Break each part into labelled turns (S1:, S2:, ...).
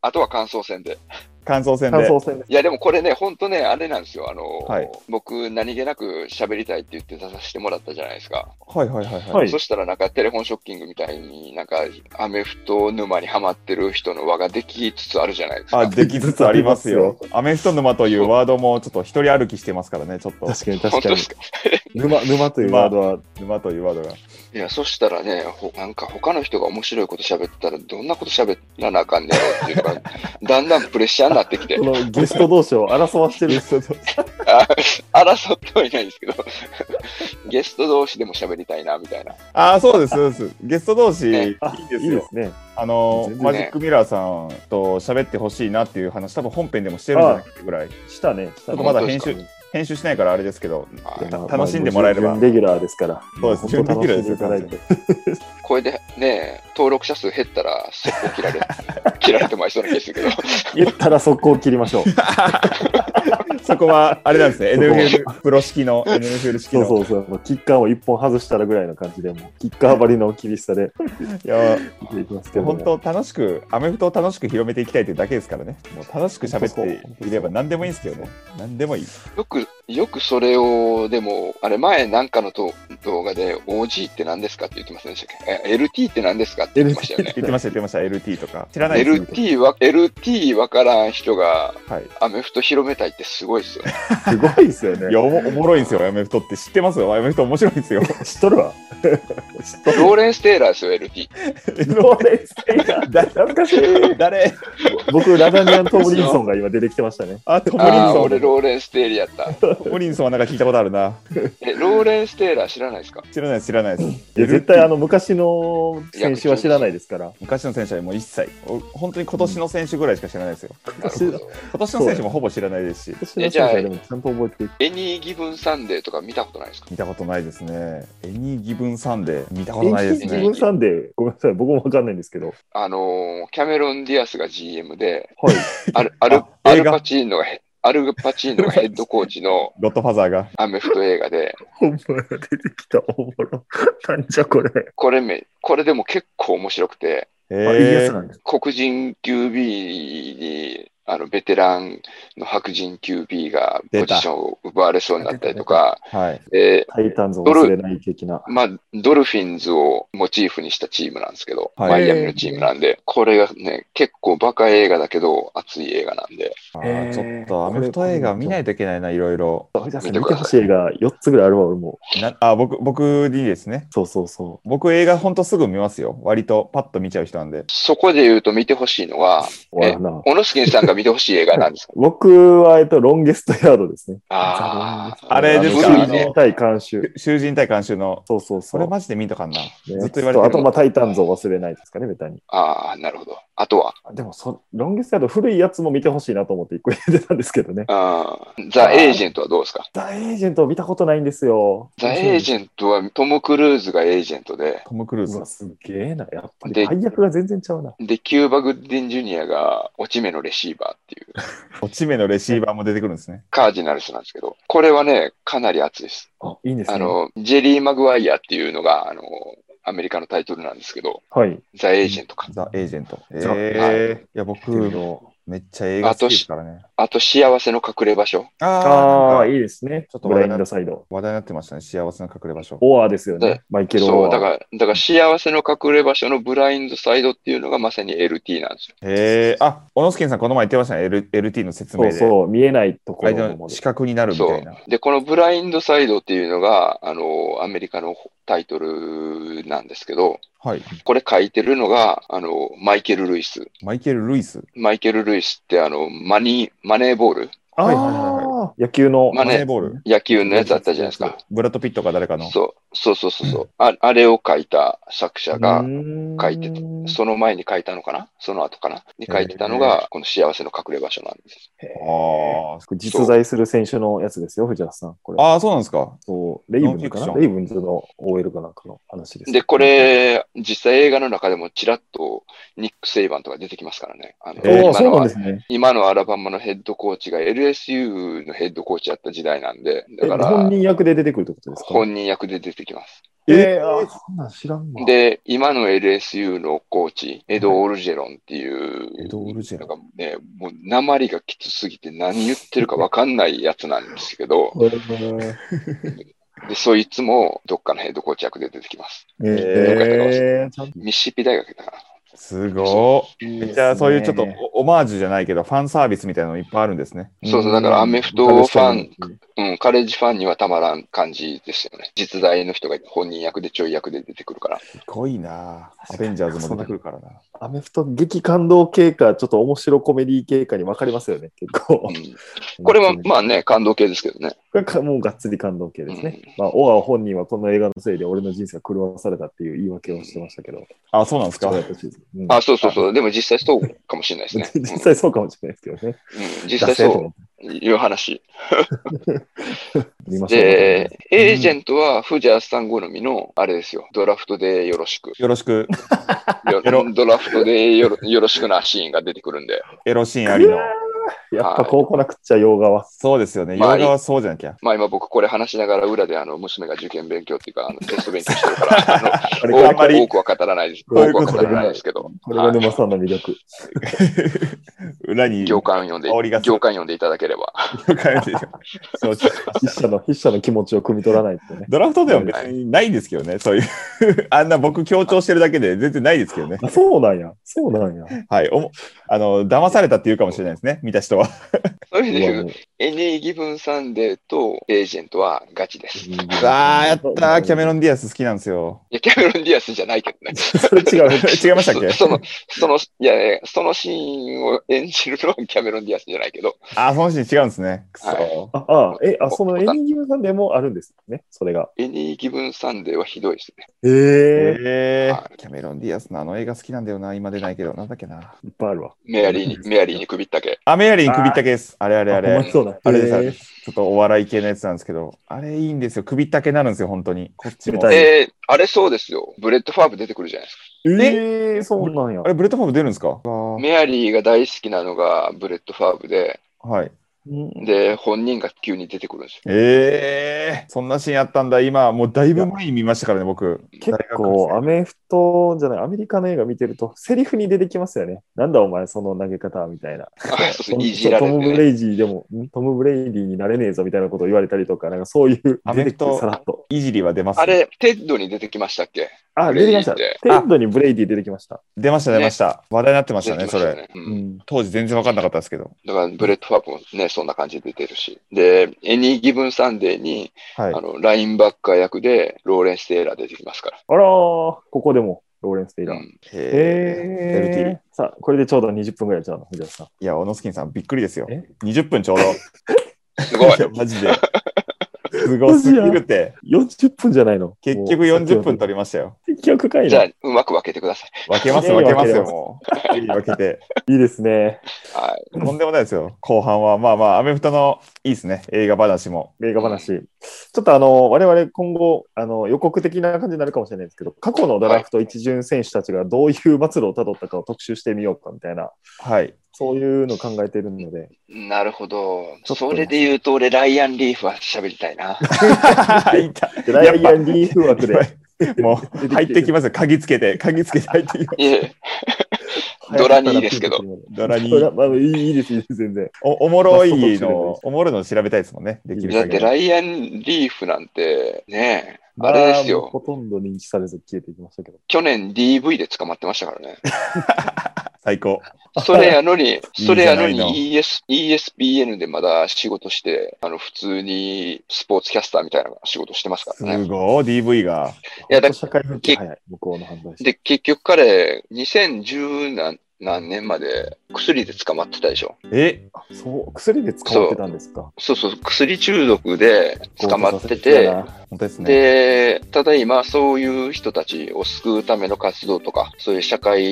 S1: あとは感想戦で。
S2: 感想戦
S3: 感
S2: で。
S3: 想戦です。
S1: いや、でもこれね、本当ね、あれなんですよ。あの、
S2: はい
S1: 僕、何気なく喋りたいって言って出させてもらったじゃないですか。
S2: はいはいはいはい。
S3: はい
S1: そしたらなんかテレフォンショッキングみたいになんかアメフト沼にはまってる人の輪ができつつあるじゃないです
S2: あ、
S1: か。
S2: できつつありますよ。アメフト沼というワードもちょっと一人歩きしてますからね、ちょっと。
S3: 確かに
S1: 本
S3: 確
S1: 当
S3: か
S1: で
S3: に
S1: す。か
S3: 沼、沼というワードは、
S2: 沼というワードが。
S1: いや、そしたらね、ほなんか他の人が面白いこと喋ってたらどんなこと喋らなあかん ねやろっていうのが、だんだんプレッシャーになってきて
S3: こ、のゲスト同士を争わしてる。
S1: あ争ってはいないんですけど、 ゲスト同士でも喋りたいなみたいな。
S2: ああ、そうです、そうです。ゲスト同士、い
S1: ね
S2: いです
S3: いいで
S2: よ。
S3: すね。
S2: あの、
S3: 全然ね
S2: マジックミラーさんと喋ってほしいなっていう話、多分本編でもしてるんじゃないかってぐらい。
S3: したね。ち
S2: ちょっとまだ
S1: 本当
S2: 編
S1: です
S2: 集、編集しないからあれですけど、
S1: はい
S2: 楽しんでもらえれば
S3: レギュラーですから。
S2: そうです
S3: 本当楽しんでいただい
S2: 準レギ
S3: て。
S1: これでね、登録者数減ったら、そこ切られ、 切られてまいそうな気がするけど、
S3: 言ったら速攻切りましょう。
S2: そこは、あれなんで すね、
S3: そこ
S2: NFL プロ式の、NFL 式
S3: そう
S2: の。
S3: そうそう。キッカーを一本外したらぐらいの感じで、もうキッカー張りの厳しさで
S2: いや、
S3: 見ていきますけども。
S2: 本当、楽しく、アメフトを楽しく広めていきたいというだけですからね。もう楽しく喋っていれば何でもいいんですけどね。何でもいい。
S1: よく、よくそれを、でも、あれ前なんかのと動画で OG って何ですかって言ってませんでしたっけえ ?LT って何ですかって言ってましたよね。
S2: 言ってました、言ってました、LT とか。知らないですね。
S1: LT は、LT わからん人が
S2: はい。
S1: アメフト広めたいってすごいですよね。
S3: すごいですよ
S2: いや、
S3: ね。
S2: おもおもろいんですよ、アメフトって。知ってますよ、アメフト面白いんですよ。
S3: 知っと るわ。
S1: ローレンス・テイラーですよ、LT。
S3: ローレンステイラー
S2: 誰
S3: 懐かしい。
S2: 誰
S3: 僕、ラザニアン・トムリンソンが今出てきてましたね。
S2: あ、トムリン
S1: ああー、
S2: ソ
S1: 俺ローレンス・テイラーやった。
S2: ン。トムリンソンはなんか聞いたことあるな。
S1: え、ローレンス・テイラー知らないですか
S2: 知らないです、知らないです。
S3: いや絶対あの昔の選手は知らないですから。
S2: 昔の選手はもう一切、お本当に今年の選手ぐらいしか知らないですよ。
S1: なるほど。
S2: 今年の選手もほぼ知らないですし、
S3: 私の選手はでもちゃんと覚えていく。
S1: エニー・ギブン・サンデーとか見たことないですか
S2: 見たことないですね。エニーギブンサンデー、見たことないです
S3: 自
S2: ね
S1: え。
S3: 分さんで、ごめんなさい、僕もわかんないんですけど。
S1: あのーキャメロン・ディアスが GM で、
S3: はい。
S1: アル、アル、
S2: あ
S1: ア
S2: 映
S1: ル
S2: 画
S1: パチーノがヘ、アルパチーノがヘッドコーチの
S2: ゴッドファザーが。
S1: アメフト映画で、
S3: ほんまや出てきた、おもろ。なんじゃこれ。
S1: これめ、これでも結構面白くて、
S3: あ、いいや
S2: え
S3: つなんです。
S1: 黒人 QB に、あの、ベテランの白人 QB がポジションを奪われそうになったりとか、
S2: ー、はい。
S1: え
S3: タイタンズを忘れない的な
S1: ー。まあ、ドルフィンズをモチーフにしたチームなんですけど、
S2: はい
S1: マイアミのチームなんで、これがね、結構バカ映画だけど、熱い映画なんで、
S2: あー
S3: えー
S2: ちょっとアメフト映画見ないといけないな、いろいろ。
S3: 見てほしい映画4つぐらいあるわ、俺も。
S2: なあ、僕、僕にですね。
S3: そうそうそ
S2: 僕映画ほんとすぐ見ますよ。割とパッと見ちゃう人なんで。
S1: そこで言うと見てほしいのは、
S3: う。わな。
S1: オノスキンさんが見てほしい映画なんですか
S3: 僕は、えっと、ロンゲストヤードですね。
S1: あー
S2: あれです
S1: あの
S2: か
S3: 囚人対監修。
S2: 囚人対監修の、
S3: そうそう
S2: そ
S3: そう。
S2: れマジで見んとかんな。ずっ
S3: ね
S2: と言われて
S3: あと、
S2: る。
S3: まあ、タイタンズを忘れないですかね、ベタに。
S1: ああ、なるほど。あとは、
S3: でもそ、ロンゲストヤード、古いやつも見てほしいなと思って一個入れてたんですけどね。
S1: あーザ・エージェントはどうですか
S3: ザ・エージェントを見たことないんですよ。
S1: ザ・エージェントはトム・クルーズがエージェントで、
S2: トム・クルー
S3: う
S2: ズ
S3: わ、。すげえな。やっぱ
S1: で
S3: り配役が全然ちゃうな。
S1: で、キューバ・グッディン・ジュニアが落ち目のレシーバーっていう、
S2: 落ち目のレシーバーも出てくるんですね。
S1: カージナルスなんですけど、これはね、かなり熱いです。
S3: あ、いいんですね。
S1: あの、ジェリー・マグワイアっていうのが、あの、アメリカのタイトルなんですけど、
S3: はい。
S1: ザ・エージェントか。
S2: ザ・エージェント。え
S3: ザ
S2: ー、いや、僕、
S3: の
S2: めっちゃ映画好きですからね。
S1: あと、幸せの隠れ場所。
S2: あ
S3: あ
S2: あ
S3: あ、、いいですね。
S2: ちょっと
S3: ブラインドサイド。
S2: 話題になってましたね。幸せの隠れ場所。
S3: オアですよ
S1: で
S3: ね。マイケル・
S1: そう、
S3: オ
S1: だか
S3: ア。
S1: ら、だから幸せの隠れ場所のブラインドサイドっていうのがまさに LT なんですよ。
S2: へえ、あ、小野助さん、この前言ってましたね。L、LT の説
S3: そ
S2: 明
S3: う
S2: で。
S3: そう、見えないとこ
S2: 相
S3: ろ
S2: 手
S3: ま
S2: の
S3: で
S2: 視。覚になるみたいな。
S1: で、このブラインドサイドっていうのが、あの、アメリカのタイトルなんですけど、
S2: はい。
S1: これ書いてるのが、あの、マイケル・ルイス。
S2: マイケル・ルイス。
S1: マイケル・ルイスって、あの、マニー、マネーボール
S3: あ
S2: はいはいはい
S3: あ、野球の。
S1: まあ
S2: マ
S1: ね
S2: ネーボール。
S1: 野球のやつあったじゃないですか。
S2: ブラッド・ピットか誰かの。
S1: そう、そうそうそうそう、あ。あれを書いた作者が、書いてたその前に書いたのかなその後かなに書いてたのが、この幸せの隠れ場所なんです。
S2: あー
S3: これ実在する選手のやつですよ、藤原さん。これ。
S2: あー、そうなんですか。
S3: そう、レイブンズか
S2: ノンフィクショ
S3: な
S2: ン
S3: レイブンズの OL かなんかの話です。
S1: で、こ、れ、実際映画の中でもちらっとニック・セイバンとか出てきますからね。あの
S2: えー
S3: おお、
S1: 今
S3: そう
S1: の
S3: なん
S1: は
S3: ですね。
S1: 今のアラバマのヘッドコーチが LSU のヘッドコーチやった時代なんで、
S3: え
S1: だか
S3: 本
S1: ら
S3: 人役で出てくるってことですか
S1: 本人役で出てきます。
S3: えー、あ、そんなん知らんわ。
S1: で、今の LSU のコーチ、エド・オルジェロンっていう、
S2: エドオルジェロン
S1: なんかね、もう、鉛がきつすぎて何言ってるかわかんないやつなんですけど、
S3: えー
S1: で、そいつもどっかのヘッドコーチ役で出てきます。
S2: え
S3: えー、ちゃんと
S1: ミシシッピ大学だから。
S2: すご
S3: いい
S2: い。
S3: ですね
S2: じゃあ、そういうちょっとおオマージュじゃないけど、ファンサービスみたいなのいっぱいあるんですね。
S1: そうそう、だからアメフトファン、。うん、カレッジファンにはたまらん感じですよね。実在の人が本人役でちょい役で出てくるから。
S2: すごいなアベンジャーズも出てくるからな。
S3: アメフト激感動系か、ちょっと面白コメディ系かに分かれますよね、結構
S1: う。んこれもま
S3: あ、
S1: あね、感動系ですけどね。
S3: これかもうがっつり感動系ですね。まあ、オア本人はこの映画のせいで俺の人生が狂わされたっていう言い訳をしてましたけど、
S2: あ、そうなんですか。
S3: そう
S2: う
S3: やったしうん
S1: あ、そうそうそう。でも実際そうかもしれないですね。
S3: 実際そうかもしれないですけどね。
S1: うん、実際そういう話。
S3: 見ましょう
S1: で、エージェントはフジャースさん好みの、あれですよ、ドラフトでよろしく。
S2: よろしく、
S1: よドラフトでよろ よろしくなシーンが出てくるんで。
S2: エロシーンありの。
S3: やっぱこう来なくっちゃ、洋画は。
S2: そうですよね。洋
S1: まあ
S2: 画はそうじゃなき ゃ。
S1: まあ今僕これ話しながら裏であの娘が受験勉強っていうか、あのテスト勉強してるから、あの
S2: あんまり
S1: 多く多くは語らないです。
S2: こうい
S1: 多く
S2: うこ
S1: は語
S2: とで
S1: らないですけど、
S3: これが沼さんの魅力。
S2: 裏に
S1: 行間読んで
S2: 煽りが、する
S1: 行間読んでいただければ。
S2: 了解ですよ承知
S3: 筆者の、筆者の気持ちを汲み取らないとね。
S2: ドラフトでは別にないんですけどね、そういう。 あんな僕強調してるだけで全然ないですけどね。
S3: あそうなんや。そうなんや。
S2: はい。おもあの、騙されたって言うかもしれないですね、見た人は。
S1: そういう意味で言
S3: う
S1: う、
S3: わ
S1: エネギブンサンデーとエージェントはガチです。い
S2: わあ、やったー、キャメロ
S3: ン。
S2: ン・ディアス好きなんですよ。
S1: や、キャメロン・ディアスじゃないけどね。
S3: そ れ違う。
S2: 違いましたっけ
S1: そその、その、いやいや、そのシーンを演じるのはキャメロン・ディアスじゃないけど、
S2: あー、そのシーン違うんですね。くそー。
S1: は
S3: ああ、え、あ、そのエニギムさんでもあるんですね、それが。
S1: エニー・ギブン・サンデーはひどいですね。
S3: ええ
S2: え
S1: は
S2: ー、キャメロン・ディアスのあの映画好きなんだよな、今出ないけど、なんだっけな。
S3: いっぱいあるわ。
S1: メアリーに、メアリーに首ったけ。
S2: アメアリン首ったけです。あれあれあ
S3: ほん
S2: れ
S3: ま。そうだ。
S2: あれですあ
S3: え
S2: れ
S3: ー
S2: ですちょっとお笑い系のやつなんですけど、あれいいんですよ。首ったけになるんですよ、本当に。こっちも。
S3: 冷たい
S2: え
S1: えー、あれそうですよ。ブレッド・ファーブ出てくるじゃないですか。
S3: えー、そうなんや
S2: あ。れ、ブレッドファーブ出るんですかは
S1: メアリーが大好きなのがブレッド・ファーブで、
S2: い。
S3: うん
S1: で、本人が急に出てくるんですよ。
S2: ええそんなシーンあったんだ。今、もうだいぶ前に見ましたからね、僕。
S3: 結構、アメフトじゃない、アメリカの映画見てると、セリフに出てきますよね。なんだお前、その投げ方みたいな。
S1: あ そうそう
S3: トム
S1: いじられ
S3: ト
S1: て
S3: ム・ブ
S1: ね。
S3: レイジーでも、んトム・ブレイディになれねえぞみたいなことを言われたりとか、なんかそういう、
S2: ア
S3: 出
S2: メフ
S3: てきて
S2: ト
S3: さらっと。
S2: いじりは出ます。
S1: あれ、テッドに出てきましたっけ
S3: あ、
S1: ブレ
S3: 出
S1: イディっ
S3: てきました。
S1: て
S3: テッドにブレイディ出てきました。
S2: 出ました、出ました。話題になってま
S1: 出
S2: した
S1: て
S2: ね、
S1: き
S2: そ
S1: よ
S2: れ。
S1: う
S3: うんん。
S2: 当時全然分かんなかったですけど。
S1: だから、ブレッド・ファーブもね、そんな感じで出てるし。で、エニー・ギブン・サンデーに、
S2: はい
S1: あ。の、ラインバッカー役で、ローレンス・テイラー出てきますか
S3: あらー、ここでも、ローレンス・テイラ
S1: ら。
S3: ー。
S1: うん
S3: えー、さあ、これでちょうど20分ぐらいちゃうの、藤田さん。
S2: いや、オノスキンさん、びっくりですよ
S3: え。
S2: 20分ちょうど。
S1: す ごい。
S2: マジで。すごすぎるって。
S3: 40分じゃないの
S2: 結局40分取りましたよ。
S3: り。結局かい
S1: じゃ
S3: な。
S1: あ
S3: い、
S1: うまく分けてください。
S2: 分けます、
S3: いやい
S2: 分
S3: や
S2: けます
S3: 分け
S2: よ、
S3: ます
S2: もう。いい分けて。
S3: いですね。
S1: はい。
S2: とんでもないですよ。後半は、まあまあ、アメフトのいいですね、映画話も。
S3: 映画話。ちょっとあの、我々今後、あの、予告的な感じになるかもしれないですけど、過去のドラフト一巡選手たちがどういう末路をたどったかを特集してみようかみたいな、
S2: はい。
S3: そういうのを考えてるので、
S1: なるほど。
S3: ちょっと
S1: それで言うと、俺、ライアン・リーフは喋りたいな。
S2: いた
S3: でライアン・リーフ枠で、
S2: もう、入ってきますよ。鍵つけて、鍵つけて入ってきます。
S1: い え、ドラニーですけど
S2: ドラに
S3: ドラまあ、いいいいです、いいです、全然。
S2: おおもろいの、おもろいの調べたいですもんね。できる
S1: だっ
S2: 限
S1: て、
S2: り。
S1: ライアン・リーフなんて、ねえ、あれです
S3: まあ
S1: よ。
S3: ほとんど認知されず消えていきましたけど。
S1: 去年 DV で捕まってましたから ね。
S2: 最高。
S1: それやのに、
S2: い
S1: それやの
S2: いいじゃないの
S1: に ES ESPN でまだ仕事して、あの、普通にスポーツキャスターみたいな仕事してますか
S2: す
S1: らね。
S2: ごい、DV が。
S1: いやだ
S3: ほんと社会復帰早い、向こうの犯罪者。
S1: で、結局彼、2010何何年まで薬で捕まってたでしょ。
S2: え、
S3: あそう、薬で捕まってたんですか。
S1: そうそう、薬中毒で捕まって
S3: 強
S1: て
S3: 盗、さ
S2: 本当ですね。
S1: で、ただ今、そういう人たちを救うための活動とか、そういう社会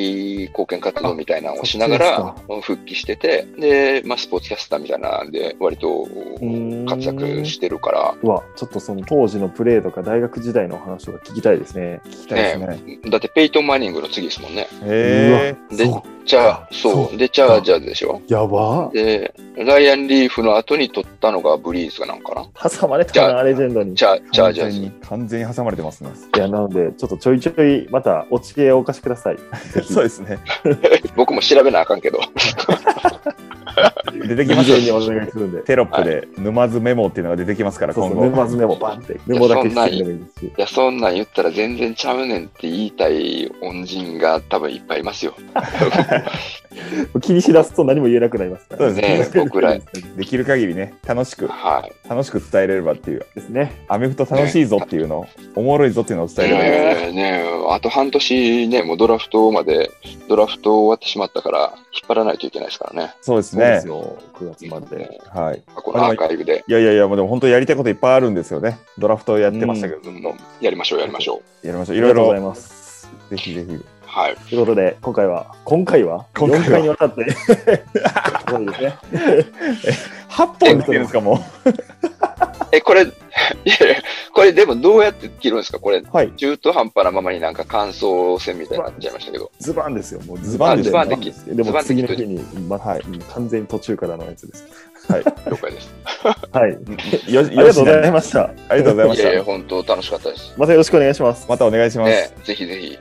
S1: 貢献活動みたいなのをしなが
S3: あそっ
S1: ら復帰してて、で、まあ、スポーツキャスターみたいなんで、割と
S3: せてたな、
S1: 活躍してるから、
S3: うわ、ちょっとその当時のプレーとか大学時代のお話とか聞きたいですね。
S2: 聞きたいですね。
S1: だってペイトン・マニングの次ですもんね。
S2: へ
S1: で
S3: そ、
S1: チャー、
S3: そう
S1: そう、で、チャージャーズでしょ。
S3: やば
S1: で、ライアン・リーフの後に取ったのがブリーズかなんかな。
S3: 挟まれ
S1: じ
S3: た
S1: ゃ
S3: な、レジェンドに。い
S1: チャー
S2: え。
S1: チャージャーズ。
S2: 完全に完全に挟まれてますね。
S3: や、なので、ちょっとちょいちょい、また、お知恵をお貸しください。
S2: そうですね。
S1: 僕も調べなあかんけど。
S2: 出てきま
S3: 以
S2: すよ
S3: 上にお願いするんで。
S2: テロップで沼津メモっていうのが出てきますから、
S3: そう
S2: 今
S3: そう、メモ
S2: 後。
S3: ズメモ、バンって。メモだけしてもいいですし。
S1: いや、そんなん言ったら全然ちゃうねんって言いたい恩人が多分いっぱいいますよ。
S3: 気にしだすと何も言えなくなりますから。
S2: そう です
S1: ね僕ら
S2: できる限りね、楽しく、
S1: はい。
S2: 楽しく伝えれればっていう、
S3: ですね。
S2: アメフト楽しいぞっていうのを、おもろいぞっていうのを伝えればいいですね。
S1: ねえねえあと半年ね、もうドラフトまで、ドラフト終わってしまったから、引っ張らないといけないですからね。
S2: そうです
S3: そうで
S2: ね
S3: す。よ、9月まで。
S2: はい。
S1: このアーカイブで。
S2: いやいやいや、もうでも本当やりたいこといっぱいあるんですよね。ドラフトやってましたけど、ず
S1: う
S2: っ
S1: ん
S2: と。
S1: やりましょう、やりましょ
S2: やりましょう。
S3: い
S2: いろい
S3: ござい
S2: ろ、
S3: ます。
S2: ぜひぜひ。
S1: う。はい。
S3: ということで、今回は、今回は、
S2: 今回は
S3: 4回にわたって、そうですね。
S2: 8本来てるんですか、も
S1: え、これ、い やいやこれでもどうやって切るんですかこれ、
S2: う。はい。
S1: 中途半端なままになんか感想戦みたいになっちゃいましたけど。
S3: ズバンですよ、もう
S2: ズバンです
S1: ズバンで切
S3: すで
S1: ズ
S3: も
S1: バンで
S3: 次
S1: 切っ
S3: の
S1: といて
S3: 日に、ま
S2: はい
S3: 完全に途中からのやつです。
S1: 了解です。
S3: はい、
S2: よ
S3: あ
S2: し、
S3: りがとうござい
S2: ま
S3: ました。
S2: ありがとうございま
S1: い
S2: した
S1: やいや、本当楽しかったです。
S3: またよろしくお願いします。
S2: またお願いします。
S1: ね、ぜひぜひ。